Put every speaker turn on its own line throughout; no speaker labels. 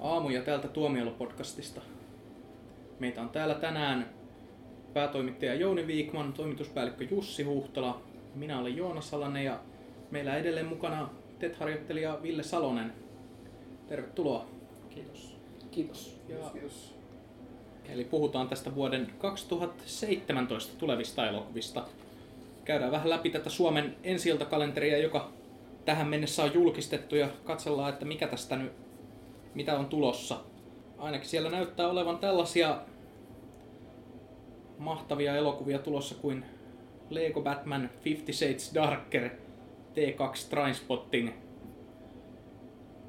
aamuja täältä Tuomiolo-podcastista. Meitä on täällä tänään päätoimittaja Jouni Viikman, toimituspäällikkö Jussi Huhtala, minä olen Joona Salanen ja meillä edelleen mukana TET-harjoittelija Ville Salonen. Tervetuloa.
Kiitos.
Kiitos.
Ja-
Kiitos. kiitos.
Eli puhutaan tästä vuoden 2017 tulevista elokuvista. Käydään vähän läpi tätä Suomen ensi kalenteria, joka tähän mennessä on julkistettu ja katsellaan, että mikä tästä nyt, mitä on tulossa. Ainakin siellä näyttää olevan tällaisia mahtavia elokuvia tulossa kuin Lego Batman, Fifty Shades Darker, T2 Trainspotting.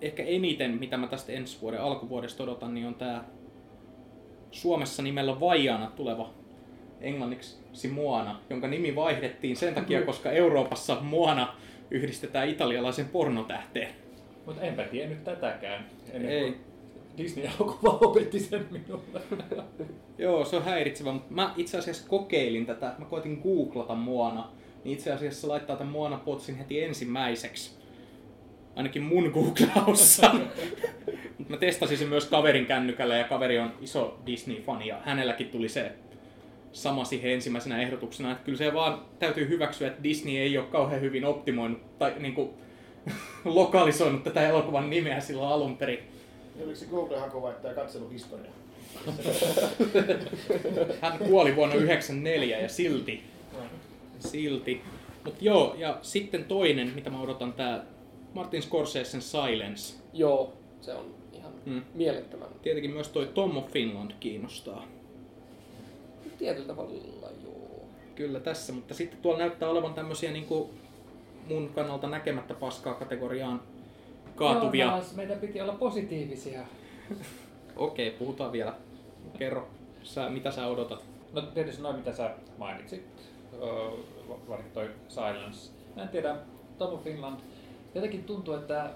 Ehkä eniten, mitä mä tästä ensi vuoden alkuvuodesta odotan, niin on tää Suomessa nimellä Vaiana tuleva englanniksi Moana, jonka nimi vaihdettiin sen takia, koska Euroopassa Moana yhdistetään italialaisen pornotähteen.
Mutta enpä tiennyt tätäkään. Ennen
Ei.
Kuin Disney-elokuva opetti sen minulle.
Joo, se on häiritsevä, mutta mä itse asiassa kokeilin tätä, mä koitin googlata Moana, niin itse asiassa se laittaa tämän Moana potsin heti ensimmäiseksi. Ainakin mun googlaussa. Mut mä testasin sen myös kaverin kännykällä ja kaveri on iso Disney-fani ja hänelläkin tuli se sama siihen ensimmäisenä ehdotuksena, että kyllä se vaan täytyy hyväksyä, että Disney ei ole kauhean hyvin optimoinut tai niinku lokalisoinut tätä elokuvan nimeä silloin alun perin.
Oliko se Google-haku vai tämä katseluhistoria?
Hän kuoli vuonna 94 ja silti. Silti. Mutta joo, ja sitten toinen, mitä mä odotan, tää Martin Scorsesen Silence.
Joo, se on ihan
Mm.
mm. mielettömän.
Tietenkin myös toi Tom of Finland kiinnostaa.
Tietyllä tavalla joo.
Kyllä tässä, mutta sitten tuolla näyttää olevan tämmösiä niinku mun kannalta näkemättä paskaa kategoriaan kaatuvia.
Joo, meidän piti olla positiivisia.
Okei, puhutaan vielä. Kerro, sä, mitä sä odotat?
No tietysti noin mitä sä mainitsit, öö, va- varsinkin toi Silence. Mä en tiedä, Top of Finland, jotenkin tuntuu, että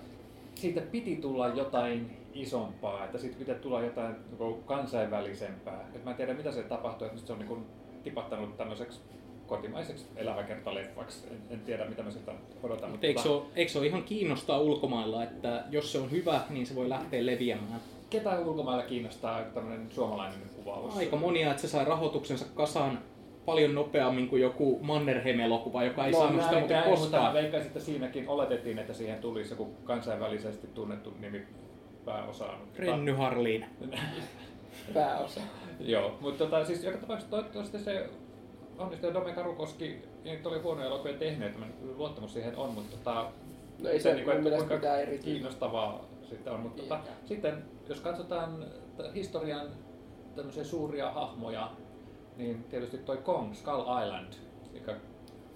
siitä piti tulla jotain isompaa, että siitä pitää tulla jotain niinku kansainvälisempää. Et mä en tiedä mitä se tapahtuu, että nyt se on niinku tipahtanut tämmöiseksi kotimaiseksi elämäkertaleffaksi. En, en tiedä mitä mä siltä odotan.
Mutta eikö se, ole, eikö se ole ihan kiinnostaa ulkomailla, että jos se on hyvä, niin se voi lähteä leviämään?
Ketä ulkomailla kiinnostaa tämmöinen suomalainen kuvaus?
Aika monia, että se sai rahoituksensa kasaan paljon nopeammin kuin joku Mannerheim-elokuva, joka ei no, saanut sitä muuten
näin, mutta mä
koskaan.
veikkaisin, että siinäkin oletettiin, että siihen tulisi joku kansainvälisesti tunnettu nimi pääosaan. Mutta-
Renny Harliin.
Pääosa.
Joo, mutta tota, siis joka tapauksessa toivottavasti se onnistui Dome Karukoski, ja nyt oli huonoja elokuvia tehneet, mä luottamus siihen on, mutta tota,
No ei se
niinku,
mun
että
mielestä
kuinka
mitään erityistä.
kiinnostavaa sitten on, mutta tota,
Niin.
sitten jos katsotaan t- historian tämmöisiä suuria hahmoja, niin tietysti toi Kong, Skull Island, joka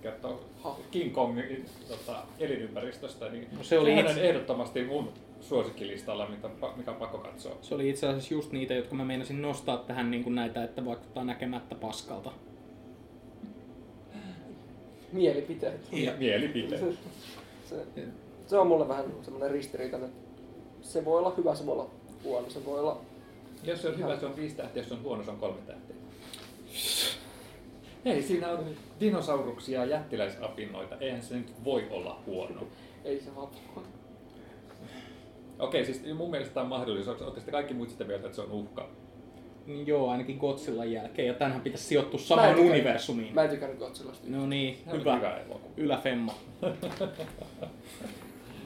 kertoo
Hah.
King Kongin tota, elinympäristöstä, niin
No se oli
sehän
itse-
on ehdottomasti mun suosikkilistalla, mitä, pa- mikä on pakko katsoa.
Se oli itse asiassa just niitä, jotka mä meinasin nostaa tähän niin kuin näitä, että vaikuttaa näkemättä paskalta.
Mielipiteet.
Ja mielipiteet.
se, se, on mulle vähän semmoinen ristiriitainen. Se voi olla hyvä, se voi olla huono, se voi olla...
Jos se on hyvä, se on viisi tähteä, jos se on huono, se on kolme tähteä. Ei, siinä on dinosauruksia ja jättiläisapinoita. Eihän se nyt voi olla huono.
Ei se vaan voi.
Okei, siis mun mielestä tämä on mahdollisuus. Olette sitten kaikki muut sitä mieltä, että se on uhka.
Niin joo, ainakin Godzillan jälkeen, ja tänhän pitäisi sijoittua
Mä
samaan
en tykännyt-
universumiin.
Mä en tykännyt Godzillasta.
No niin,
Se on
hyvä.
hyvä elokuva.
Yläfemma.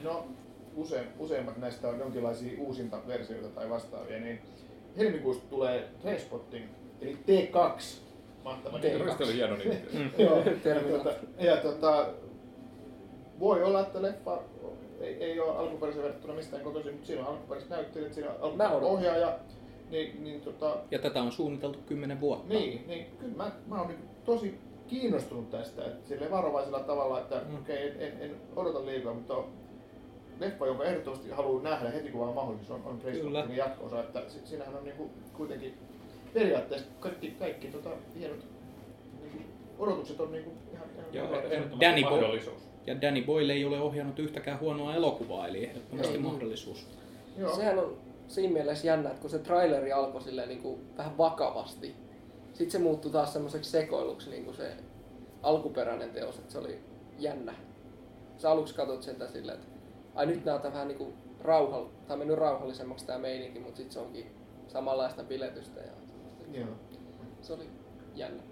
No, use, useimmat näistä on jonkinlaisia uusinta versioita tai vastaavia, niin helmikuusta tulee Trainspotting, eli T2. Mahtava
T2.
nimi.
Mielestäni oli hieno nimi.
Joo,
Terminaa.
ja, tota, ja tota, voi olla, että leffa ei, ei ole alkuperäisen verrattuna mistään kotoisin, mutta siinä on alkuperäiset näyttelijät, siinä on
Mä odotan.
alkuperäinen ohjaaja, niin, niin tota,
Ja tätä on suunniteltu 10 vuotta.
Niin, niin kyllä mä, mä oon niinku tosi kiinnostunut tästä, että sille varovaisella tavalla, että
Mm.
mm. okei, okay, en, en, en, odota liikaa, mutta on leffa, jonka ehdottomasti haluan nähdä heti kun vaan mahdollisuus on, on Trainspottingin jatko-osa, että si- siinähän on niinku kuitenkin periaatteessa kaikki, kaikki tota, hienot niinku, odotukset on niinku ihan, ihan
Joo,
ihan-
Ehdottomasti
Danny Boy.
mahdollisuus.
Ja Danny Boyle ei ole ohjannut yhtäkään huonoa elokuvaa, eli ehdottomasti
Ei.
mahdollisuus.
Joo.
Sehän on siinä mielessä jännä, että kun se traileri alkoi silleen niin kuin vähän vakavasti, sitten se muuttui taas semmoiseksi sekoiluksi niin kuin se alkuperäinen teos, että se oli jännä. Sä aluksi katsot sitä silleen, että ai nyt näyttää vähän niin kuin rauhall, tai mennyt rauhallisemmaksi tämä meininki, mutta sitten se onkin samanlaista piletystä. Ja
Joo.
se oli jännä.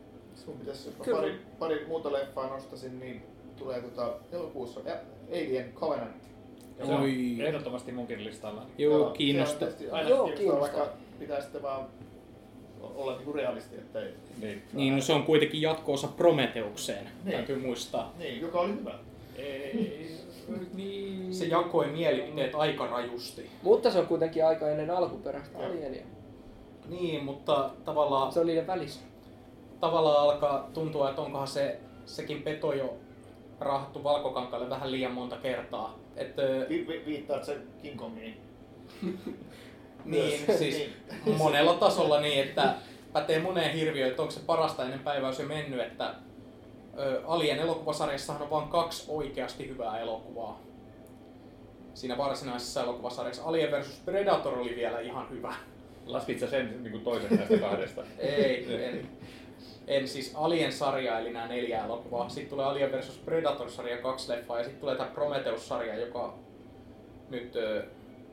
Sun pitäisi, jos mä
Kyllä.
pari, pari muuta leffaa nostasin, niin tulee tota, elokuussa ja Alien Covenant.
Se on
Oi.
ehdottomasti munkin listalla.
Joo, kiinnostaa.
Aina
Joo,
kiinnostaa,
kiinnostaa.
vaikka pitää sitten vaan o- olla niinku realisti, että ei.
Niin.
Niin, no se on kuitenkin jatko-osa Prometeukseen,
Niin.
täytyy muistaa.
Niin, joka oli hyvä.
Ei, niin.
Se jakoi mielipiteet aika rajusti.
Mutta se on kuitenkin aika ennen alkuperäistä
Joo.
alienia.
Niin, mutta tavallaan,
Se on niiden välissä.
tavallaan alkaa tuntua, että onkohan se, sekin peto jo rahattu valkokankalle vähän liian monta kertaa. Et, ö,
Vi, vi, viittaat sen King Kongiin.
niin, siis monella tasolla niin, että pätee moneen hirviöön, että onko se parasta ennen päiväys jo mennyt, että ö, Alien elokuvasarjassahan on vain kaksi oikeasti hyvää elokuvaa. Siinä varsinaisessa elokuvasarjassa Alien versus Predator oli vielä ihan hyvä.
Laskit sä sen niin kuin toisen näistä kahdesta?
Ei, en. En siis Alien-sarja, eli nämä neljä elokuvaa. Sitten tulee Alien vs. Predator-sarja, kaksi leffaa, ja sitten tulee tämä Prometheus-sarja, joka nyt ö,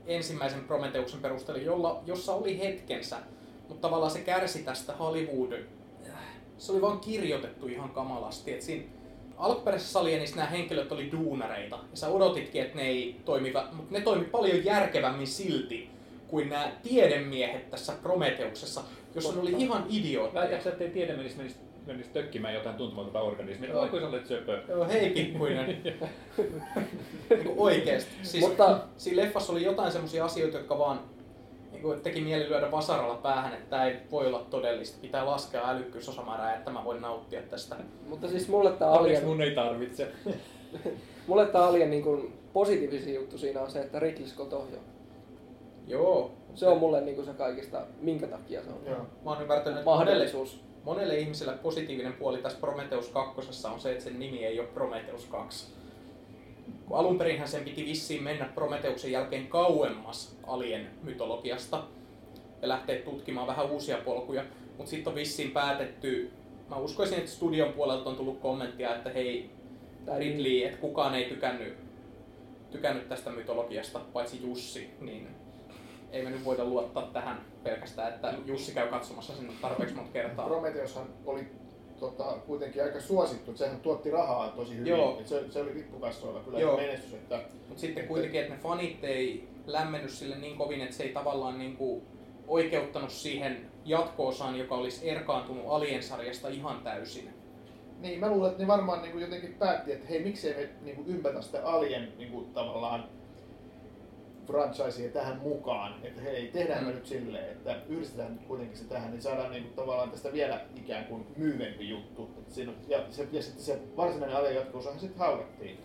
ensimmäisen Prometeuksen perusteella, jolla, jossa oli hetkensä, mutta tavallaan se kärsi tästä Hollywood. äh, Se oli vaan kirjoitettu ihan kamalasti. Et siinä alkuperäisessä Alienissa nämä henkilöt oli duunareita, ja sä odotitkin, että ne ei toimiva, mutta ne toimi paljon järkevämmin silti kuin nämä tiedemiehet tässä Prometeuksessa, jossa ne oli ihan idiootteja.
Väitäksä, ettei tiedä menisi, menisi, menisi tökkimään jotain tuntematonta organismia.
Joo.
Oi, kun sä olet söpö.
Joo, hei pikkuinen. niin oikeesti. Siis,
Mutta-
Mutta... Siinä leffassa oli jotain semmoisia asioita, jotka vaan niin kuin, teki mieli lyödä vasaralla päähän, että tämä ei voi olla todellista. Pitää laskea älykkyysosamäärää, että mä voin nauttia tästä.
Mutta siis mulle tämä
Onneksi
alien,
mun ei tarvitse.
mulle tää alien niin kun positiivisin juttu siinä on se, että Ridley Scott ohjaa.
Joo.
Se on mulle niin kuin se kaikista, minkä takia se on.
Joo.
Mä oon ymmärtänyt, että monelle,
Mahdollisuus.
monelle ihmiselle positiivinen puoli tässä Prometheus 2 on se, että sen nimi ei ole Prometheus 2. Kun alun perinhän sen piti vissiin mennä Prometeuksen jälkeen kauemmas alien mytologiasta ja lähteä tutkimaan vähän uusia polkuja, mutta sitten on vissiin päätetty, mä uskoisin, että studion puolelta on tullut kommenttia, että hei
Tää-
Ridley, että kukaan ei tykännyt, tykännyt tästä mytologiasta, paitsi Jussi, niin ei me nyt voida luottaa tähän pelkästään, että Jussi käy katsomassa sen tarpeeksi monta kertaa.
Prometheushan oli tota, kuitenkin aika suosittu, että sehän tuotti rahaa tosi hyvin.
Joo.
Et se, se oli lippukassoilla kyllä
Joo.
Joo. menestys, että
Mutta sitten kuitenkin, että ne fanit ei lämmennyt sille niin kovin, että se ei tavallaan niin kuin oikeuttanut siihen jatko-osaan, joka olisi erkaantunut Alien-sarjasta ihan täysin.
Niin, mä luulen, että ne varmaan niin kuin jotenkin päätti, että hei, miksei me niin kuin ympätä sitä Alien niin kuin, tavallaan franchisea tähän mukaan. Että hei, tehdään me
Mm.
nyt silleen, että yhdistetään nyt kuitenkin se tähän, niin saadaan niin kuin, tavallaan tästä vielä ikään kuin myyvempi juttu. Et siinä, on- ja, se, ja sitten se varsinainen Alien jatkoosahan sitten haudattiin.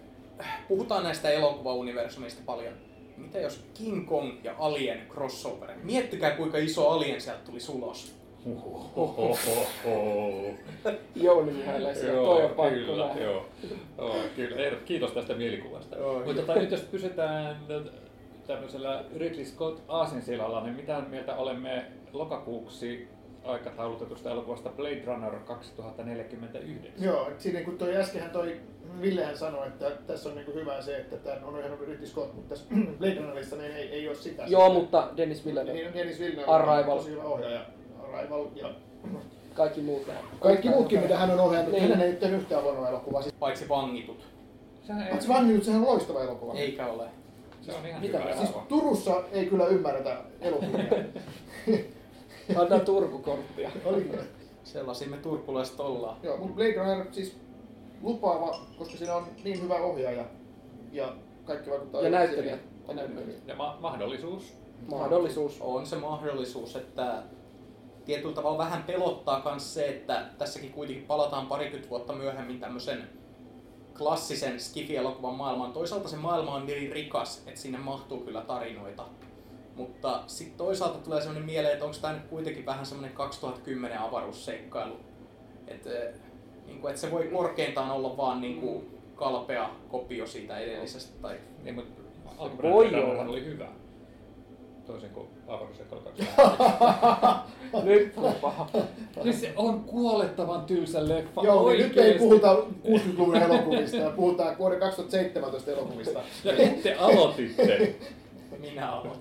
Puhutaan näistä elokuvauniversumista paljon. Mitä jos King Kong ja Alien crossover? Miettikää kuinka iso Alien sieltä tuli ulos.
Ohohohoho.
Jouni Mihailaisia,
Joo,
niin toi on pakko
kyllä,
nähdä.
joo. Joo, kyllä. Ehdot- Kiitos tästä mielikuvasta.
Joo,
Mutta tota, nyt jos pysytään tämmöisellä Ridley Scott Aasinsilalla, niin mitä mieltä olemme lokakuuksi aikataulutetusta elokuvasta Blade Runner 2049?
Joo, et siinä kun toi äskehän toi Villehän sanoi, että tässä on niinku hyvä se, että tämän on ihan Ridley Scott, mutta tässä Blade Runnerissa niin ei, ei ole sitä.
Joo, mutta Dennis Villeneuve,
Niin on Dennis Villeneuve,
Arrival.
tosi hyvä ohjaaja. Arrival ja
kaikki muut nämä.
Kaikki muutkin, mitä hän on ohjannut,
Niin.
niin. hän ei tehnyt yhtään huonoa elokuvaa. Siis,
Paitsi vangitut.
Sehän ei,
paitsi vanhennut, sehän on loistava elokuva.
Eikä ole.
se on ihan
Mitä?
hyvä
Siis
elokuva.
Turussa ei kyllä ymmärretä elokuvia.
Anna Turku-korttia.
Oli kyllä.
Sellaisia me turkulaiset ollaan.
Joo, mutta Blade Runner siis lupaava, koska siinä on niin hyvä ohjaaja ja kaikki vaikuttaa...
Ja
hyvältä
näyttelijät.
siihen.
Ja näyttelijät.
Ja ma- mahdollisuus.
Mahdollisuus.
On se mahdollisuus, että tietyllä tavalla vähän pelottaa myös se, että tässäkin kuitenkin palataan parikymmentä vuotta myöhemmin tämmöisen klassisen skifielokuvan maailmaan. Toisaalta se maailma on niin rikas, että sinne mahtuu kyllä tarinoita. Mutta sitten toisaalta tulee semmoinen mieleen, että onko tämä nyt kuitenkin vähän semmoinen 2010 avaruusseikkailu. Että niin et se voi korkeintaan olla vaan niin kuin, kalpea kopio siitä edellisestä. Tai...
Niin, mutta
voi
alkuperäinen Blade
olla.
Runner oli hyvä. Toisin kuin avaruusekolla
Nyt on paha.
Siis se on kuolettavan tylsä leffa.
Joo, niin nyt ei puhuta 60-luvun elokuvista ja puhutaan vuoden 2017 elokuvista.
Ja itse aloititte.
Minä olen.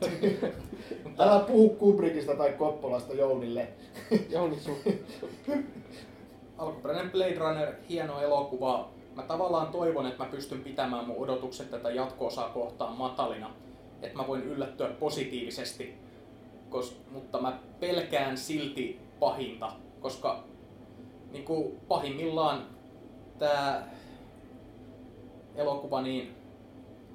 Älä puhu Kubrickista tai Koppolasta Jounille.
Jouni sun.
Alkuperäinen Blade Runner, hieno elokuva. Mä tavallaan toivon, että mä pystyn pitämään mun odotukset tätä jatko-osaa kohtaan matalina. Että mä voin yllättyä positiivisesti. Kos, mutta mä pelkään silti pahinta, koska niin kuin pahimmillaan tämä elokuva niin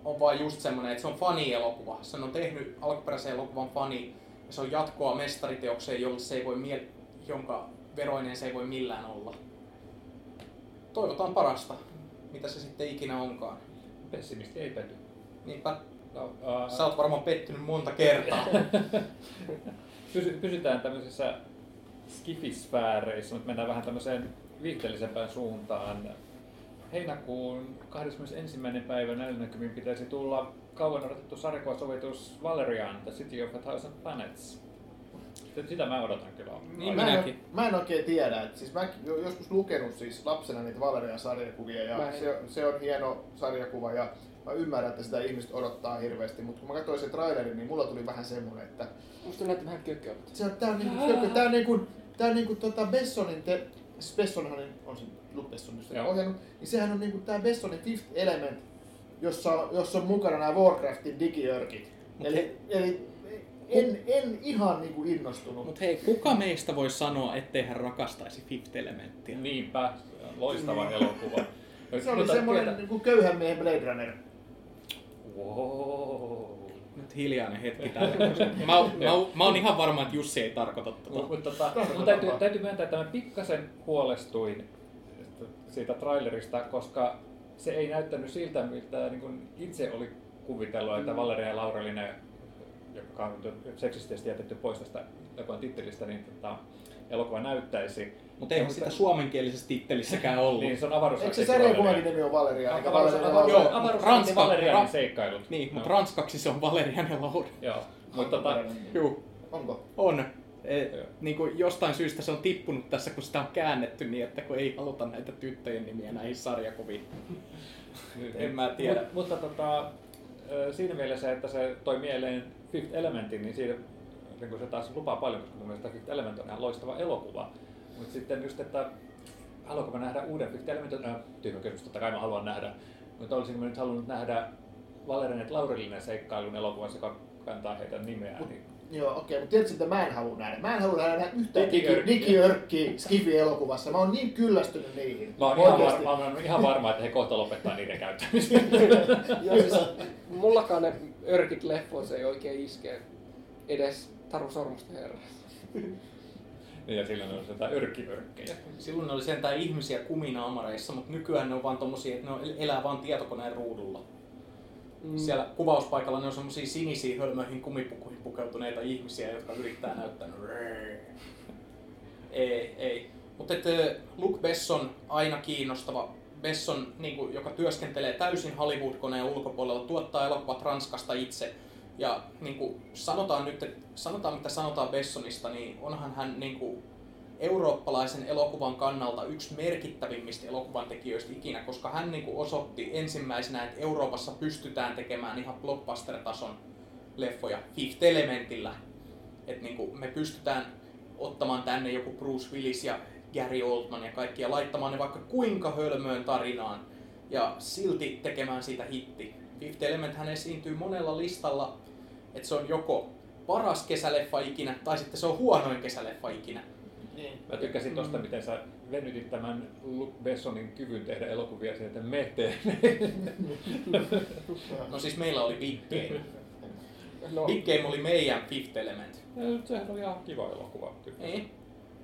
on vaan just semmoinen, että se on fanielokuva. Sen on tehnyt alkuperäisen elokuvan fani ja se on jatkoa mestariteokseen, jolle se ei voi mie- jonka veroinen se ei voi millään olla. Toivotaan parasta, mitä se sitten ikinä onkaan.
Pessimisti ei pety.
Niinpä,
No, uh,
sä oot varmaan pettynyt monta kertaa.
pysy, pysytään tämmöisissä skifisfääreissä, mutta mennään vähän tämmöiseen viihteellisempään suuntaan. Heinäkuun 21. päivä näillä näkymin pitäisi tulla kauan odotettu sarjakuvasovitus Valerian, The City of a Thousand Planets. Sitä mä odotan kyllä.
Niin
Mä en,
Minäkin.
mä en oikein tiedä. Et siis mä jo- joskus lukenut siis lapsena niitä Valerian sarjakuvia
Mä
ja
en.
se, se, on hieno sarjakuva ja mä ymmärrän, että sitä ihmiset odottaa hirveästi, mutta kun mä katsoin sen trailerin, niin mulla tuli vähän semmoinen, että
Musta näyttää vähän kököltä.
se on, tää on niinku, kökö, tää on niinku, tää on niinku tota Bessonin, te, siis Bessonhan on se Luke Besson, just
Joo.
ohjannut, niin sehän on niinku tää Bessonin Fifth Element, jossa, on- jossa on mukana nämä Warcraftin digiörkit.
Mut he-
Eli, eli en, en ihan niinku innostunut.
Mut hei, kuka meistä voi sanoa, ettei hän rakastaisi Fifth Elementtiä?
Niinpä, loistava elokuva.
Niin. Se oli semmoinen niinku köyhän miehen Blade Runner.
Wow.
Nyt hiljainen hetki täällä. koska mä, oon- mä, oon- mä oon ihan varma, että Jussi ei tarkoita tota.
Mutta tota,
Tarkoitan
mun täytyy,
vaan.
täytyy myöntää, että mä pikkasen huolestuin siitä trailerista, koska se ei näyttänyt siltä, mitä niin kuin itse oli kuvitellut, että Valeria Laurelinen, joka on nyt seksistisesti jätetty pois tästä elokuvan tittelistä, niin tota, elokuva näyttäisi.
Mutta eihän sitä suomenkielisessä tittelissäkään ollut.
Niin, se on avaruus.
Eikö se sarjakuvankin nimi on Valeria? Eikä Valeria
joo.
ole
Ranska-
Valerian
Ra-
seikkailut.
Niin, mutta
Joo.
ranskaksi se on Valerian ja Lauri.
Joo, mutta tota,
Juu,
Onko?
on. E,
Joo.
niin kuin jostain syystä se on tippunut tässä, kun sitä on käännetty niin, että kun ei haluta näitä tyttöjen nimiä näihin sarjakuviin. En mä tiedä.
Mut, mutta tota, ö, siinä mielessä, että se toi mieleen Fifth Elementin, niin siinä niin kun se taas lupaa paljon, koska mun mielestä Fifth Element on ihan loistava elokuva. Mutta sitten just, että haluanko mä nähdä uuden Fifth Elementin, äh, tyhmä kysymys, totta kai mä haluan nähdä. Mutta olisinko mä nyt halunnut nähdä Valerian ja Laurelinen seikkailun elokuvan, joka kantaa heidän nimeään. Niin.
Joo, okei, mutta tiedätkö, että mä en halua nähdä. Mä en halua nähdä yhtään
Digiörkkiä.
digi- digiörkkiä Skifi-elokuvassa. Mä oon niin kyllästynyt niihin.
Mä oon, ihan varma,
Oikeesti.
mä oon ihan varma, että he kohta lopettaa niiden käyttämisen.
Ja siis, mullakaan ne örkit leffoissa ei oikein iske edes Taru Sormusten herra.
Niin, ja silloin on jotain örkkivörkkejä.
Silloin ne oli sentään ihmisiä kuminaamareissa, mutta nykyään ne on vaan tommosia, että ne on- elää vaan tietokoneen ruudulla.
Mm.
Siellä kuvauspaikalla ne on semmosia sinisiin hölmöihin kumipukuihin pukeutuneita ihmisiä, jotka yrittää näyttää. ei, ei. Mutta Luke Besson aina kiinnostava. Besson, niin kuin, joka työskentelee täysin Hollywood-koneen ulkopuolella, tuottaa elokuvat Ranskasta itse. Ja niin kuin, sanotaan nyt, että sanotaan mitä sanotaan Bessonista, niin onhan hän niin kuin, eurooppalaisen elokuvan kannalta yksi merkittävimmistä elokuvan tekijöistä ikinä, koska hän niin kuin osoitti ensimmäisenä, että Euroopassa pystytään tekemään ihan blockbuster-tason leffoja Fifth Elementillä. Että niin kuin me pystytään ottamaan tänne joku Bruce Willis ja Gary Oldman ja kaikki ja laittamaan ne vaikka kuinka hölmöön tarinaan ja silti tekemään siitä hitti. Fifth Element hän esiintyy monella listalla, että se on joko paras kesäleffa ikinä tai sitten se on huonoin kesäleffa ikinä.
Niin.
Mä tykkäsin tosta, miten sä venytit tämän Luke Bessonin kyvyn tehdä elokuvia sen, että me teemme.
No siis meillä oli Big Game.
No,
Big Game oli meidän Fifth Element.
Ja No, Sehän oli ihan kiva elokuva. tykkäsin.
Ei.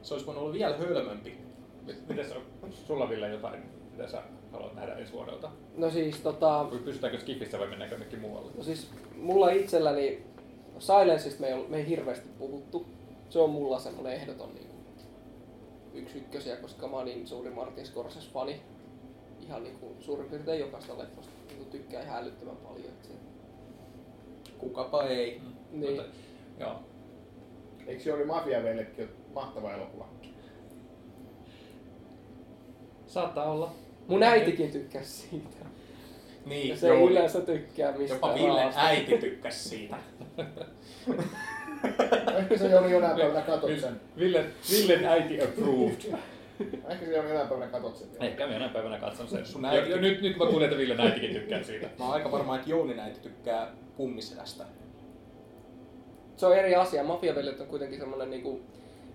Se olisi voinut olla vielä hölmömpi.
Mites on- sulla Ville jotain, mitä sä haluat nähdä ensi vuodelta?
no siis tota...
Vai Pysytäänkö Skifissä vai mennäänkö jonnekin muualle?
No siis mulla itselläni Silenceista me ei, ollut- me ei hirveästi puhuttu. Se on mulla semmonen ehdoton niin yksi ykkösiä, koska mä oon niin suuri Martin Scorsese-fani. Ihan niin kuin, suurin piirtein jokaista leffasta niin tykkää ihan älyttömän paljon. Et se,
Kukapa ei.
Niin.
Mutta, joo.
Eikö se oli Mafiavellekin mahtava elokuva?
Saattaa olla.
mun äitikin tykkäsi siitä. Ja
Niin,
se ei
joo.
yleensä tykkää mistään
Jopa Villen
rahasta.
äiti tykkäsi siitä.
Ehkä se Joni jonain päivänä katot sen.
Villen, Villen äiti Niin. approved. Niin.
Ehkä se Joni jonain päivänä katot sen.
Ehkä minä jonain päivänä katson sen.
Sun
Ja,
äiti-
ja nyt, nyt mä kuulen, että Villen äitikin tykkää siitä.
Mä oon aika varma, että Jounin äiti tykkää pummisedästä.
Se on eri asia. Mafiaveljet on kuitenkin semmoinen niinku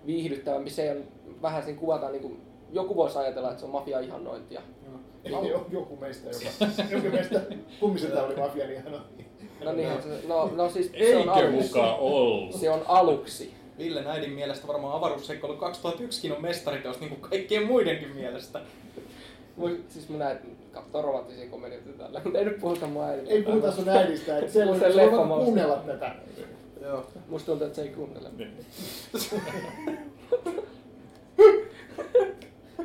viihdyttävämpi. Se on vähän siinä kuvataan niinku, joku voisi ajatella, että se on mafia-ihannointia.
Ei, jo- Joku meistä joka. Joku meistä. Kummisen tää oli mafia, niin hän on.
No niin, se, no, no siis se on
Eikö
aluksi.
muka ollut?
Se on aluksi.
Villen äidin mielestä varmaan avaruussekoilu 2001 on mestariteos niin kuin kaikkien muidenkin mielestä.
Mut, siis mä näen, katson romanttisia komedioita tällä, mutta ei nyt puhuta mua äidin.
Ei puhuta sun äidistä, et se voi
Sen
se voi
leffamausta.
kuunnella tätä.
Joo.
Musta tuntuu, että se ei kuuntele.
Niin.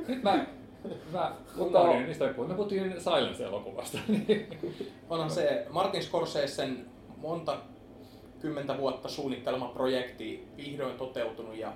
Nyt mä, mä
Mutta-
Mutta on, mistä me puhuttiin? Me puhuttiin Silence-elokuvasta.
Onhan se Martin Scorsesen monta kymmentä vuotta suunnittelema projekti vihdoin toteutunut ja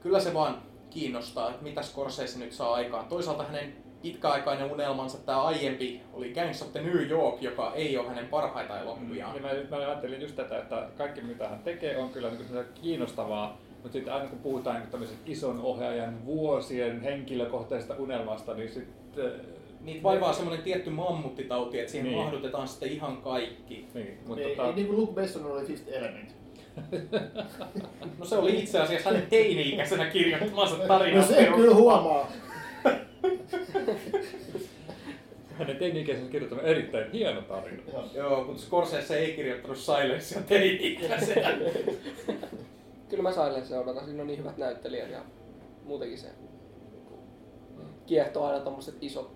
kyllä se vaan kiinnostaa, että mitä Scorsese nyt saa aikaan. Toisaalta hänen pitkäaikainen unelmansa tämä aiempi oli Gangs of the New York, joka ei ole hänen parhaita
ja
elokuviaan.
Mm.
mä, mä ajattelin just tätä, että kaikki mitä hän tekee on kyllä niin kiinnostavaa, mutta sitten aina kun puhutaan niin tämmöisen ison ohjaajan vuosien henkilökohtaisesta unelmasta, niin sitten...
Niitä vaivaa semmoinen tietty mammuttitauti, että siihen
Niin.
niin. mahdutetaan sitten ihan kaikki.
Niin, mutta
Ei,
tota,
ei niinku Luke Besson oli Fifth Element.
No se oli itse asiassa hänen teini-ikäisenä kirjoittamansa
Mm. No
tarina.
se kyllä huomaa.
hänen teini-ikäisensä kirjoittama erittäin hieno tarina.
Joo.
Joo, mutta Scorsese ei kirjoittanut Silencea teini-ikäisenä.
Kyllä mä Silence seurata, siinä on niin hyvät näyttelijät ja muutenkin se niinku, kiehtoo aina tommoset isot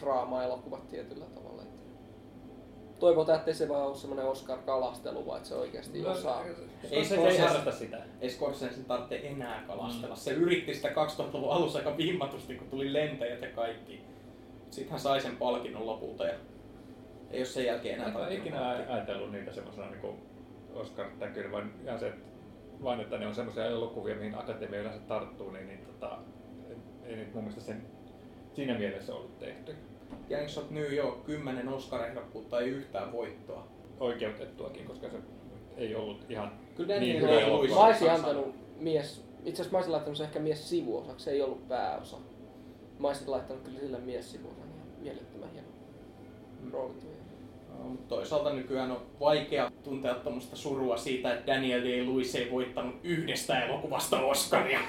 draama-elokuvat tietyllä tavalla. Että toivotaan, ettei se vaan ole semmoinen Oscar-kalastelu, vaan että se oikeasti osaa.
Ei, se, se ei harrasta sitä.
Ei Scorsese tarvitse enää kalastella. Se yritti sitä 2000-luvun alussa aika vimmatusti, kun tuli lentäjät ja kaikki. Sitten hän sai sen palkinnon lopulta ja ei ole sen jälkeen enää
Mä en ole
tarvinnut
ikinä
palkintoa.
ajatellut niitä semmoisena niin Oscar-täkyllä, vaan ihan se, että- vaan että ne on semmoisia elokuvia, mihin akatemia yleensä tarttuu, niin, niin tota, ei nyt mun mielestä sen, siinä mielessä ollut tehty
Gangs of New York, 10 Oscar-ehdokkuutta, ei yhtään voittoa.
oikeutettuakin, koska se ei ollut ihan
Kyllä ne
niin
niin
hyvä
ei ollut
Mä
elokuva.
olisin antanut mies, itse asiassa mä olisin laittanut sen ehkä mies sivuosaksi, se ei ollut pääosa. Mä olisin laittanut kyllä sille mies sivuosan ihan mielettömän hieno rooli. tuli.
No, mutta toisaalta nykyään on vaikea tuntea tuommoista surua siitä, että Daniel Day-Lewis ei voittanut yhdestä elokuvasta Oscaria.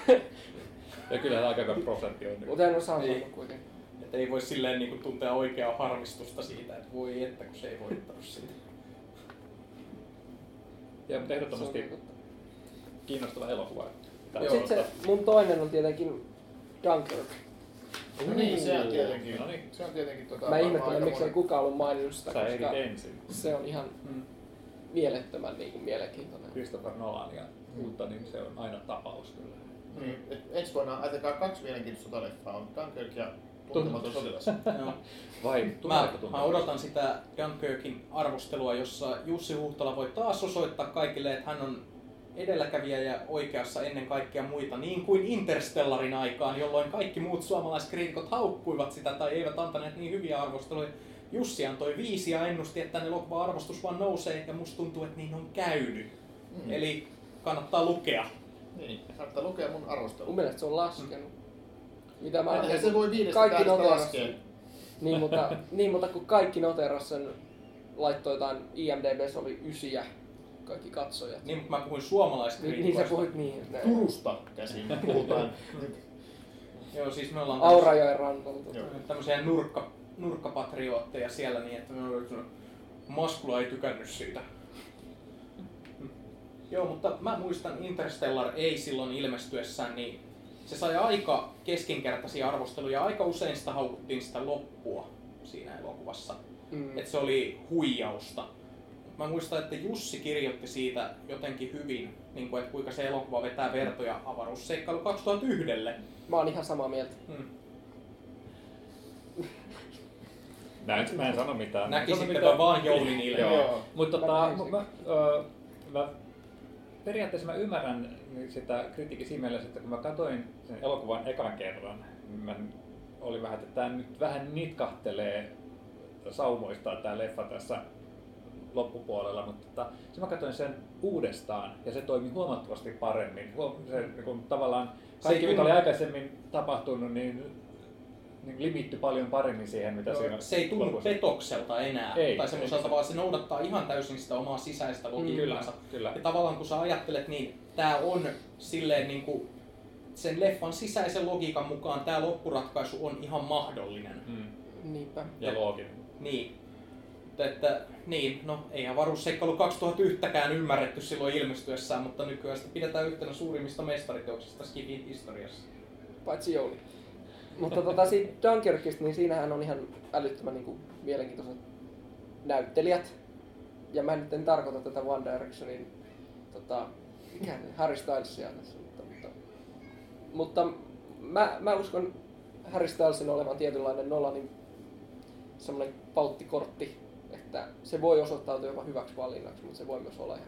Ja kyllä aika hyvä prosentti on nyt.
Mutta en osaa
Niin.
sanoa kuitenkin.
Et ei voi silleen niin kuin, tuntea oikeaa harmistusta siitä, että voi että kun se ei voittanut sitä.
Ja mutta
Se on
ehdottomasti
niinku-
kiinnostava elokuva. Tää
Joo.
Sitten se mun toinen on tietenkin Dunkirk.
No niin, se on
Uu,
tietenkin.
No niin,
Se on tietenkin tota...
Mä
varmaan
ihmettelen,
aika
miksei
monen-
kukaan ollut maininnut sitä,
sä ehdit
koska
ensin.
se on ihan
Mm.
mielettömän niin kuin, mielenkiintoinen.
Christopher Nolania uutta, niin se on aina tapaus kyllä.
Niin, et ensi vuonna ajatelkaa kaksi mielenkiintoista sotaleffaa on Dunkirk ja Tuntematon sotilas.
Joo.
Vai
Mä,
tuleeko
mä
tuntuu?
odotan sitä Dunkirkin arvostelua, jossa Jussi Huhtala voi taas osoittaa kaikille, että hän on edelläkävijä ja oikeassa ennen kaikkea muita, niin kuin Interstellarin aikaan, jolloin kaikki muut suomalaiskriitikot haukkuivat sitä tai eivät antaneet niin hyviä arvosteluja. Jussi antoi viisi ja ennusti, että tänne elokuva arvostus vaan nousee ja musta tuntuu, että niin on käynyt.
Mm.
Eli kannattaa lukea.
Niin, saattaa lukea mun
Mun
arvostelun.
mielestä se on laskenut.
Mm.
Mitä mä
Eihän se voi viidestä
kaikki
tähdestä
noteerasi
laskea.
sen. Niin, mutta, niin, mutta kun kaikki noteras sen laittoi jotain, IMDB oli ysiä, kaikki katsojat.
Niin, mutta mä puhuin
Niin, niin
suomalaiskriitikoista.
sä puhuit niin. että ne-
Turusta käsin puhutaan.
Joo, siis me ollaan
Aurajoen rannalta.
Joo.
tämmöisiä nurkka, nurkkapatriootteja siellä niin, että me on, Maskula ei tykännyt siitä. Joo, mutta mä muistan Interstellar ei silloin ilmestyessään, niin se sai aika keskinkertaisia arvosteluja. Aika usein sitä haukuttiin sitä loppua siinä elokuvassa.
Mm.
Että se oli huijausta. Mä muistan, että Jussi kirjoitti siitä jotenkin hyvin, niin kuin, että kuinka se elokuva vetää vertoja avaruusseikkailu 2001.
Mä oon ihan samaa mieltä.
Hmm.
Mä en, mä en sano mitään. Sano
Näkisittepä
mitään.
vaan Jounin ilme.
Joo.
Joo.
Mutta
Mä
tota,
näin sen.
mä, ö, mä, periaatteessa mä ymmärrän sitä kritiikin siinä mielessä, että kun mä katsoin sen elokuvan ekan kerran, niin mä olin vähän, että tämä nyt vähän nitkahtelee saumoistaa tämä leffa tässä loppupuolella, mutta tota, se mä katsoin sen uudestaan ja se toimi huomattavasti paremmin. Huom- Se, niin kun, tavallaan kaikki,
ei
mitä oli
tunnu-
aikaisemmin tapahtunut, niin, niin limitty paljon paremmin siihen, mitä siinä
se ei tunnu
lopussa-
petokselta enää.
Ei,
tai semmoiselta,
ei.
vaan se noudattaa ihan täysin sitä omaa sisäistä
Kyllä,
logiikkaansa.
kyllä.
Ja tavallaan kun sä ajattelet, niin tää on silleen niin kuin sen leffan sisäisen logiikan mukaan tämä loppuratkaisu on ihan mahdollinen.
Mm.
Niinpä.
Ja looginen.
Niin. Mutta Että, niin, no ei avaruusseikkailu 2001-kään ymmärretty silloin ilmestyessään, mutta nykyään sitä pidetään yhtenä suurimmista mestariteoksista Skifin historiassa.
Paitsi Jouni. Mutta tota, siitä Dunkirkista, niin siinähän on ihan älyttömän niin kuin, mielenkiintoiset näyttelijät. Ja mä nyt en tarkoita tätä One Directionin, tota, mikä nyt, Harry Stylesia tässä, mutta, mutta, mutta mä, mä uskon Harry Stylesin olevan tietynlainen Nolanin semmoinen palttikortti, että se voi osoittautua jopa hyväksi valinnaksi, mutta se voi myös olla ihan.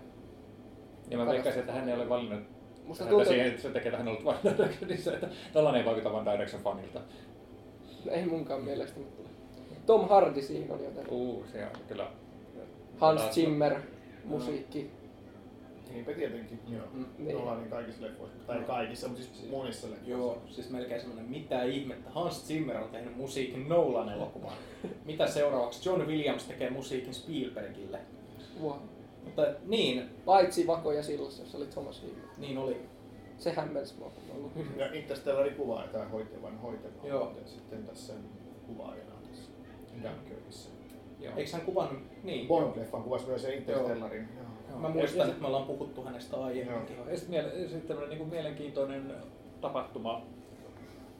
Ja mä veikkaisin, että hän ei ole valinnut
Musta
häntä
tuntuu,
siihen, että sen takia, että hän on ollut One Directionissa, että tällainen ei vaikuta One Direction fanilta.
ei munkaan mielestä, mutta Tom Hardy siinä on joten.
Uu, se on kyllä.
Hans Zimmer, musiikki.
Niinpä tietenkin, joo.
Mm,
niin.
Niin. Ollaan niin kaikissa leffoissa, tai kaikissa, mutta siis monissa leffoissa.
Joo, siis melkein semmoinen, mitä ihmettä, Hans Zimmer on tehnyt musiikin Nolan elokuvaan. mitä seuraavaksi John Williams tekee musiikin Spielbergille.
Wow.
Mutta niin,
Paitsi vakoja sillassa, jossa oli Thomas Hill.
niin oli.
Se hämmensi mua, kun mä luin.
Ja Interstellarin kuvaaja, tämä hoitavan hoitava.
Joo.
Ja sitten tässä kuvaajana tässä Dunkirkissä.
Joo.
Eikö hän kuvannut? Niin.
Bond-leffan kuvasi myös se Interstellarin. Joo.
Mä
Ja
muistan,
se-
että me ollaan puhuttu hänestä aiemminkin.
Joo.
Ja sitten miele- sit tämmönen niinku mielenkiintoinen tapahtuma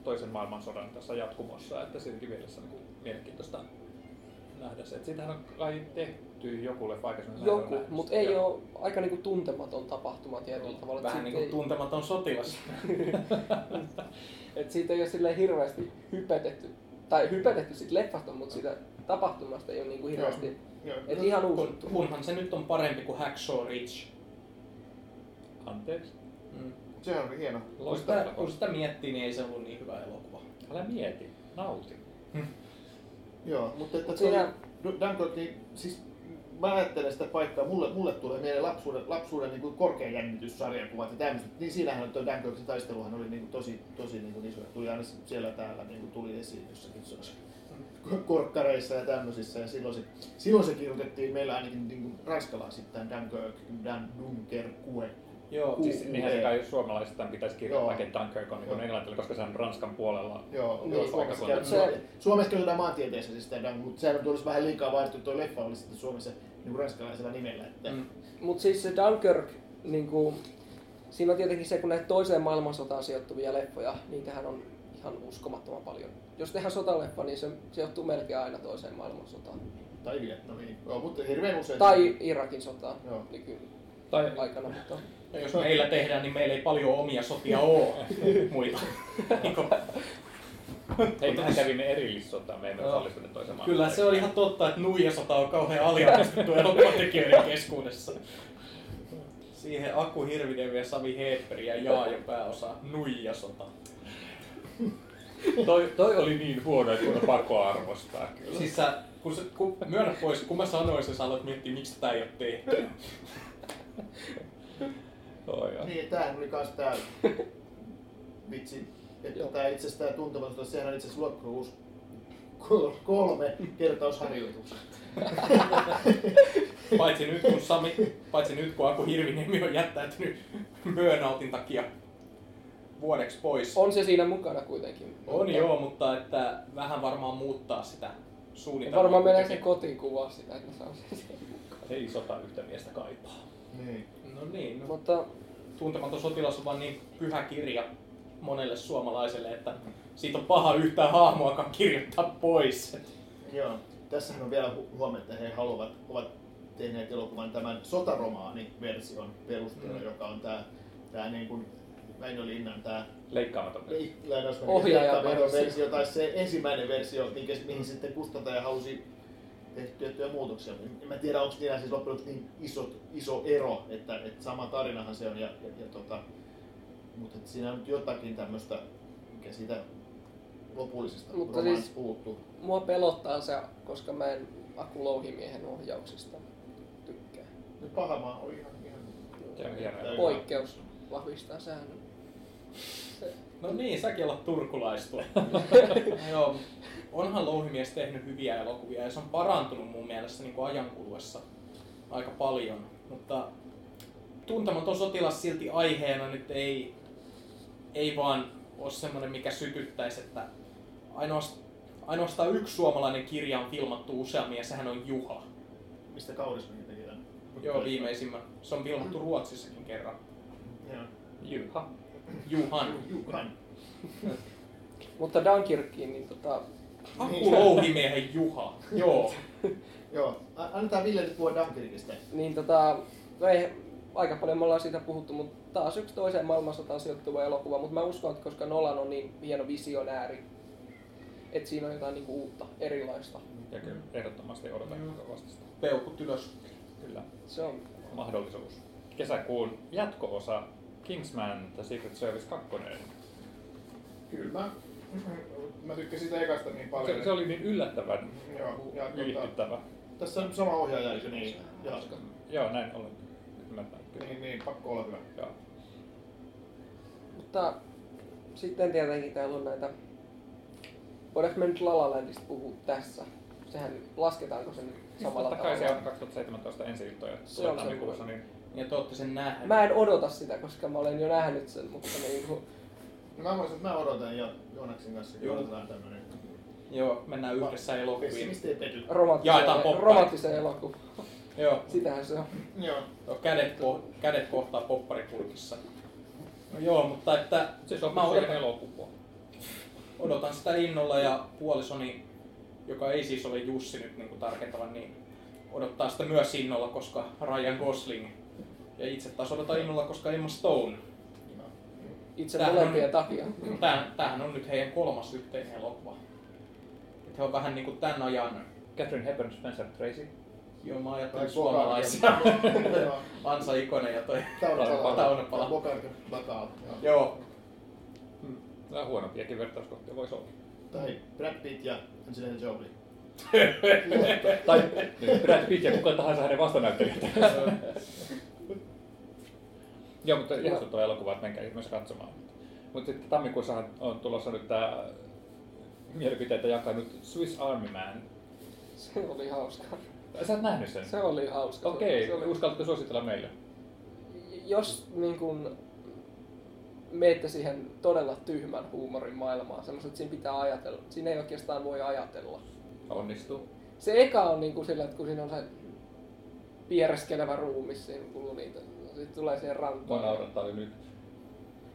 toisen maailmansodan tässä jatkumossa, että siinäkin mielessä niinku mielenkiintoista nähdä se. Et Siitähän on kai tehty joku leffa aikaisemmin. mä en
Joku,
ole nähnyt
mutta
sitä.
ei
Joo.
ole aika niinku tuntematon tapahtuma tietyllä tavalla. et
Vähän
siitä
niin kuin
ei-
tuntematon sotilas.
Et siitä ei ole silleen hirveästi hypetetty, tai hypetetty siitä leffasta, mutta siitä tapahtumasta ei ole niinku hirveästi.
Joo.
Et ihan uusi
Kun,
juttu.
kunhan se nyt on parempi kuin Hacksaw Ridge.
Anteeksi.
Mm.
Sehän oli hieno.
Kun, sitä,
Loistava.
kun sitä miettii, niin ei se ollut niin hyvä elokuva.
Älä mieti, nauti.
Joo, mutta että
Siinä-
Siinä... Dunkirk, niin siis mä ajattelen sitä paikkaa, mulle, mulle tulee mieleen lapsuuden, lapsuuden niin kuin korkean jännityssarjakuvat ja tämmöiset, niin siinähän tuo Dunkirkin taisteluhan oli niin kuin tosi, tosi niin kuin iso, ja tuli aina siellä täällä niin kuin tuli esiin jossakin sellaisessa korkkareissa ja tämmöisissä, ja silloin se, silloin se kirjoitettiin meillä ainakin niin kuin ranskalaisittain Dunkirk, Dan Dunkerque.
Joo,
Ku-
siis
Siis niinhän se kai jos suomalaisittain pitäisi kirjoittaa,
Niin, Joo.
että Dunkirk on niin
Joo.
englantilainen, koska se on Ranskan puolella.
Joo,
Niin,
joo
vaikka
Suomessa, käy,
se-
se... Suomessa käytetään maantieteessä siis sitä, mutta sehän olisi vähän liikaa vaihdettu, tuo leffa oli sitten Suomessa niin ranskalaisella nimellä. Että,
Mm.
Mutta siis se Dunkirk, niinku, siinä on tietenkin se, kun näitä toiseen maailmansotaan sijoittuvia leffoja, niitähän on ihan uskomattoman paljon. Jos tehdään sotaleffa, niin se sijoittuu melkein aina toiseen maailmansotaan.
Tai Vietnamiin. Joo, mutta hirveän usein.
Tai Irakin sotaan
Joo.
nykyaikana,
Tai
mutta
Ja jos meillä tehdään, niin meillä ei paljon omia sotia oo muita. Niinku,
hei, mehän kävimme erillissota, me emme
Joo.
osallistuneet toisen
Kyllä se on
maailmansotaan.
ihan totta, että nuijasota on kauhean aliarvostettu elokuvatekijöiden keskuudessa. Siihen Aku Hirvinen ja Sami Heepperi ja Jaajo pääosa nuijasota.
Toi, toi oli niin huono, että on pakko arvostaa kyllä.
Siis sä, kun, sä, kun myönnä pois, kun mä sanoin sen, sä aloit miettiä, miksi tätä ei ole tehty.
Toi on.
Niin, tämähän oli kans tää vitsi. Että
Joo.
tää itse asiassa tää tuntematon, sehän on itse asiassa luokkaluus kol- kolme kertausharjoitus.
Paitsi nyt, kun Sami, paitsi nyt, kun Aku Hirviniemi on jättäytynyt myönnautin takia vuodeksi pois.
on se siinä mukana kuitenkin.
On joo, mutta että vähän varmaan muuttaa sitä
Ja
suunnitelmaa.
varmaan menee sen kotiin kuvaa sitä, että mä saan sen.
Ei sota yhtä miestä kaipaa.
Niin.
No niin, no.
Mutta
Tuntematon sotilas on vaan niin pyhä kirja monelle suomalaiselle, että siitä on paha yhtään hahmoakaan kirjoittaa pois.
Joo. Tässähän on vielä hu- huomio, että he haluavat, ovat tehneet elokuvan tämän sotaromaani-version perusteella,
Mm.
joka on tää, tää niin kuin Väinö Linnan tää
Leikkaamaton.
Niin,
Ohjaajan
ohjaajan versio.
versio.
versio tai se ensimmäinen versio, mikä, mihin sitten kustantaja halusi tehdä tiettyjä muutoksia. En mä tiedä, onko niillä siis loppujen lopuksi niin iso, iso ero, että, että sama tarinahan se on, ja, ja, ja tota, mutta että siinä on nyt jotakin tämmöistä, mikä siitä lopullisesta
Mutta
romaanista
siis-
puhuttu.
Mua pelottaa se, koska mä en Aku Louhimiehen ohjauksista tykkää.
Nyt pahamaa oli ihan, ihan
Se on hienoa.
Poikkeus vahvistaa säännön. Se,
No niin, säkin olet turkulaistu. Joo, onhan Louhimies tehnyt hyviä elokuvia ja se on parantunut mun mielestä niin kuin ajan kuluessa aika paljon. Mutta tuntematon sotilas silti aiheena nyt ei, ei vaan ole semmoinen, mikä sytyttäisi, että ainoastaan, ainoastaan yksi suomalainen kirja on filmattu useammin ja sehän on Juha.
Mistä Kaurismäki teki tämän?
Joo, viimeisimmän. Se on filmattu Ruotsissakin kerran.
Joo. Ah,
Jyha.
Juhan.
Niin. Jukan.
mutta Dunkirkkiin, niin tota,
Aku Louhimiehen Juha. Joo.
Joo. A- Annetaan Ville nyt puhua Dunkirkistä.
niin tota, no ei, aika paljon me ollaan siitä puhuttu, mutta taas yksi toiseen maailmansotaan sijoittuva elokuva, mutta mä uskon, että koska Nolan on niin hieno visionääri, että siinä on jotain niinku uutta, erilaista.
Ja kyllä ehdottomasti odotan kovasti sitä.
Peukut ylös.
Kyllä.
Se on
mahdollisuus. Kesäkuun jatko-osa Kingsman The Secret Service 2.
Kyllä. Mä, mä tykkäsin sitä ekasta niin paljon.
Se, se oli niin yllättävän
Joo, ja tota,
viihdyttävä.
tässä on sama ohjaaja, eikö niin? Joo.
Joo, näin olen ymmärtänyt kyllä.
Niin, niin, pakko olla hyvä.
Siis
Joo.
Mutta sitten tietenkin täällä on näitä... Voidaanko me nyt La La Landista puhua tässä? Sehän lasketaanko se nyt samalla
Siis Totta kai se on
tavalla?
2017 ensi ilta ja
Se
tulee
on se
tammikuussa, niin
Ja te olette sen nähneet.
Mä en odota sitä, koska mä olen jo nähnyt sen, mutta niinku...
No mä voisin, että mä odotan ja Joonaksen kanssa
Joo.
odotetaan tämmönen.
Joo, mennään yhdessä elokuviin.
Pessimistä ei pety.
Jaetaan
romanttisen,
popparit.
romanttisen elokuvan.
Joo,
Sitähän se on.
Joo.
joo, kädet, ko- kädet kohtaa popparikulkissa. No joo, mutta että
se sopii
mä
siihen
odotan,
elokuvaan.
odotan sitä innolla ja puolisoni, joka ei siis ole Jussi nyt niin kuin tarkentavan, niin odottaa sitä myös innolla, koska Ryan Gosling. Ja itse taas odotan innolla, koska Emma Stone.
Itse
Tämähän on-
molempien takia.
Tää, Niin, tämähän on nyt heidän kolmas yhteinen elokuva. Et he on vähän niinku tän ajan,
Catherine Hepburn, Spencer Tracy.
joo mä ajattelin
Tai
suomalaisia,
Joo.
Ansa Ikonen ja toi
Taunapala.
Taunapala.
Ja Bogarde Lataa. Joo.
Joo,
Vähän huonompiakin vertauskohtia voisi olla.
Tai Brad Pitt ja Angelina Jolie.
tai niin, Brad Pitt ja kuka tahansa hänen vastanäyttelijöitä. Joo, mutta ihan tuo elokuva, että menkää ihmeessä katsomaan. Mutta sitten tammikuussahan on tulossa nyt tämä mielipiteitä jakanut Swiss Army Man.
Se oli hauska.
Sä et nähnyt sen?
Se oli hauska.
Okei,
Se oli-
okay. uskallatko suositella meille?
jos niin kun, meette siihen todella tyhmän huumorin maailmaan, semmoiset, että siinä pitää ajatella. Siinä ei oikeastaan voi ajatella.
Onnistuu.
Se eka on niin kuin sillä, että kun siinä on se piereskelevä ruumis, siinä kuluu niitä. Sitten tulee siihen
Mua
rantaan.
naurattaa jo nyt.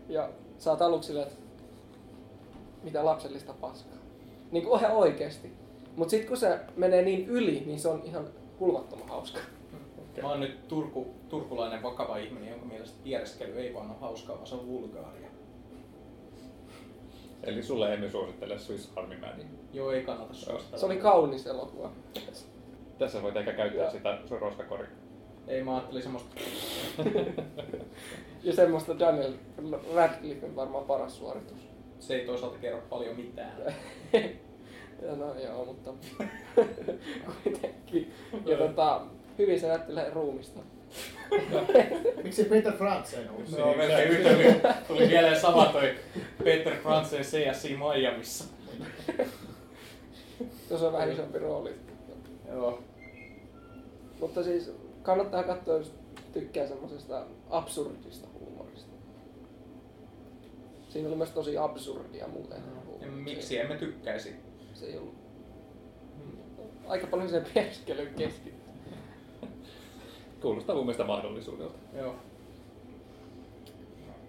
Ja sä oot aluksi sillä, että mitä lapsellista paskaa. Niin kuin ihan oikeesti. Mut sit kun se menee niin yli, niin se on ihan hulvattoman hauska.
Mä oon nyt turku, turkulainen vakava ihminen, jonka mielestä piereskely ei vaan ole hauskaa, vaan se on vulgaaria.
Eli sulle emme suosittele Swiss Army niin Mania.
Joo, ei kannata suositella.
Se oli kaunis elokuva.
Tässä voit ehkä käyttää
Joo.
sitä sun roskakori.
Ei, mä ajattelin semmoista...
Ja semmoista Daniel Radcliffen varmaan paras suoritus.
Se ei toisaalta kerro paljon mitään.
ja no joo, mutta kuitenkin. Ja tota, hyvin se näyttelee ruumista.
Miksi Peter Frantzen ollut
No, melkein yhtä hyvin. Tuli mieleen sama toi Peter Fransen CSI Miamiissa.
Jos on vähän isompi rooli.
Joo.
Mutta siis kannattaa katsoa, jos tykkää semmoisesta absurdista huumorista. Siinä oli myös tosi absurdia muuten.
Ja miksi emme tykkäisi?
Se ei ollut aika paljon sen perskelyn keskittyy.
Kuulostaa mun mielestä mahdollisuudelta.
Joo.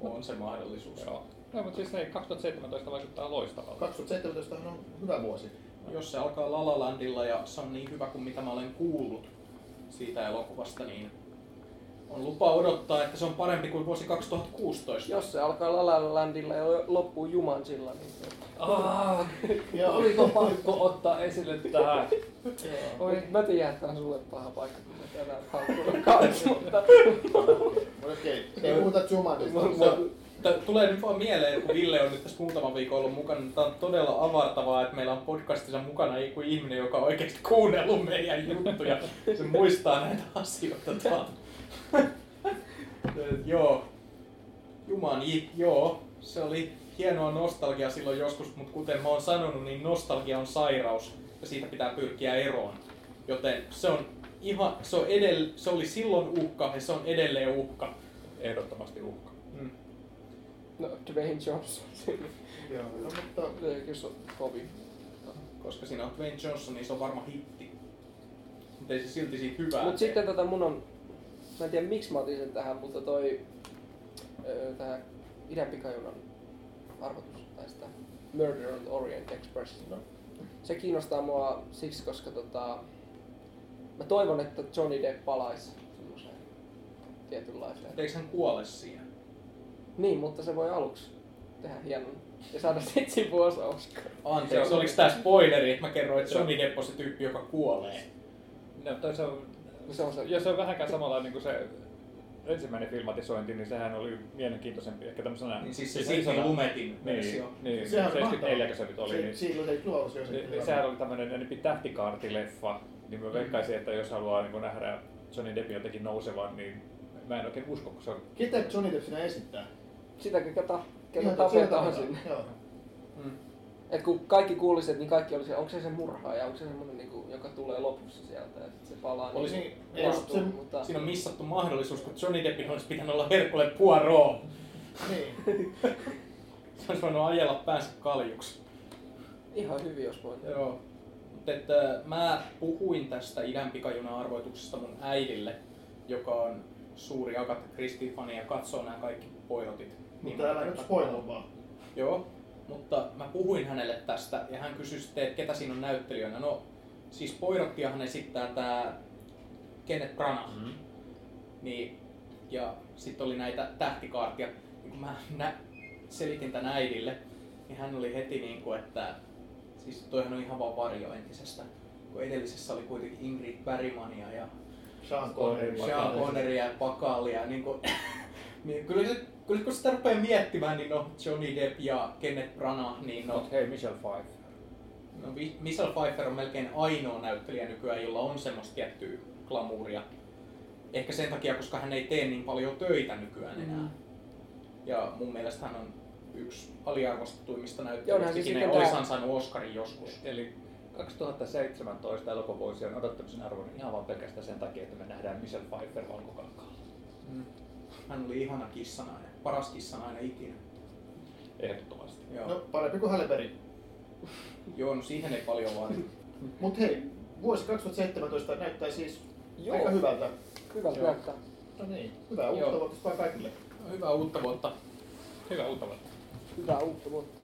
On se mahdollisuus.
Joo. No, mutta siis hei, 2017 vaikuttaa loistavalta.
2017 on hyvä vuosi.
Jos se alkaa Lalalandilla ja se on niin hyvä kuin mitä mä olen kuullut siitä elokuvasta, niin on lupa odottaa, että se on parempi kuin vuosi 2016.
Jos se alkaa Lalalandilla ja loppuu Jumansilla, niin se
Ah,
Joo.
oliko pakko ottaa esille tähän?
Oi, mä tiedän, että tää on sulle paha paikka, kun mä tänään haukkuun kanssa, mutta
Okei, ei puhuta Jumanista.
Mä-
Se on-
T- Tulee nyt vaan mieleen, kun Ville on nyt tässä muutaman viikon ollut mukana, niin tämä on todella avartavaa, että meillä on podcastissa mukana joku ihminen, joka on oikeasti kuunnellut meidän juttuja. Se muistaa näitä asioita. Tää on- Ö, joo. Juman, ji- joo. Se oli hienoa nostalgiaa silloin joskus, mutta kuten mä oon sanonut, niin nostalgia on sairaus ja siitä pitää pyrkiä eroon. Joten se on ihan, se, on edell- se oli silloin uhka ja se on edelleen uhka.
Ehdottomasti uhka.
Mm.
No, Dwayne Johnson.
Joo, no,
Niin,
mutta
Se ei kyllä ole kovin.
koska siinä on Dwayne Johnson, niin se on varma hitti. Mutta ei se silti siitä hyvää.
Mut sitten tätä mun on, mä en tiedä miksi mä otin sen tähän, mutta toi öö, tää idän pikajunan arvotus tai sitä Murder on the Orient Express.
No.
Se kiinnostaa mua siksi, koska tota, mä toivon, että Johnny Depp palaisi semmoiseen tietynlaiseen.
Eikö hän kuole siinä?
Niin, mutta se voi aluksi tehdä hienon ja saada sitten sivuosa Oscar.
Anteeksi,
Se
oliko tää spoileri, että mä kerroin, että
Se on-
Johnny Depp on se tyyppi, joka kuolee?
No, tai se on,
No se on se-
Jos se on vähänkään samanlainen kuin se ensimmäinen filmatisointi, niin sehän oli mielenkiintoisempi ehkä tämmöisenä...
Niin siis se
isona-
Sidney Lumetin
Niin,
versio.
niin
sehän on
74
mahtavaa.
kun se nyt oli.
Se-
niin-
Silloin ei tuo osio
Niin, niin sehän oli tämmöinen niin tähtikaartileffa, niin mä veikkaisin, että jos haluaa niin nähdä Johnny Deppin jotenkin nousevan, niin mä en oikein usko, kun se on...
Ketä Johnny Depp sinä esittää?
niinku- Sitä ketä, ketä
Ihan- sillä
tapetaan
tavalla.
sinne.
Joo.
Mm.
Et kun kaikki kuuliset, niin kaikki oli se, onko se se murhaaja, onko se semmonen, niinku, joka tulee lopussa sieltä ja sitten se palaa.
Olisi-
niin,
ei,
vastuu,
se-
mutta...
Siinä on missattu mahdollisuus, kun Johnny Deppin olisi pitänyt olla Herkule Poirot.
Niin.
Se olisi voinut ajella päänsä kaljuksi.
Ihan hyvin, jos voi.
Joo. Mutta että mä puhuin tästä idän pikajuna-arvoituksesta mun äidille, joka on suuri Agatha Christie-fani ja katsoo nämä kaikki pojotit. Niin
Mutta älä
mä-
nyt spoilaa vaan.
Joo, mutta mä puhuin hänelle tästä ja hän kysyi sitten, että ketä siinä on näyttelijöinä. No, siis Poirottiahan esittää tää Kenneth Branagh.
Mm.
Niin, ja sitten oli näitä tähtikaartia. Ja kun mä nä- selitin tän äidille, niin hän oli heti niin kuin, että siis toihan on ihan vaan varjo entisestä. Kun edellisessä oli kuitenkin Ingrid Bergmania ja
Sean
Connery.
Connery.
Sean Conneria ja Pakalia. Niin kuin, niin kyllä, se, kyllä kun sitä rupeaa miettimään, niin no Johnny Depp ja Kenneth Branagh, niin no
Mut hei, Michelle Pfeiffer.
No, Vi- Michelle Pfeiffer on melkein ainoa näyttelijä nykyään, jolla on semmoista tiettyä glamuuria. Ehkä sen takia, koska hän ei tee niin paljon töitä nykyään enää.
Mm.
Ja mun mielestä hän on yksi aliarvostetuimmista
onhan
näyttelijöistä
se
ikinä.
sitten
Ois
tää-
hän saanut Oscarin joskus.
Eli 2017 elokuvuosi on odottamisen arvoinen ihan vaan pelkästään sen takia, että me nähdään Michelle Pfeiffer valkokankaalla.
Mm. Hän oli ihana kissanainen. Paras kissanainen ikinä.
Ehdottomasti.
Joo.
No parempi kuin Halle Berry.
Joo, no siihen ei paljon vaadi.
Mut hei, vuosi 2017 näyttää siis
Joo.
aika hyvältä.
Hyvältä
Joo.
näyttää.
No niin. Hyvää
Joo.
uutta vuotta vaan kaikille.
No, Hyvää uutta vuotta.
Hyvä uutta vuotta.
Hyvää uutta vuotta.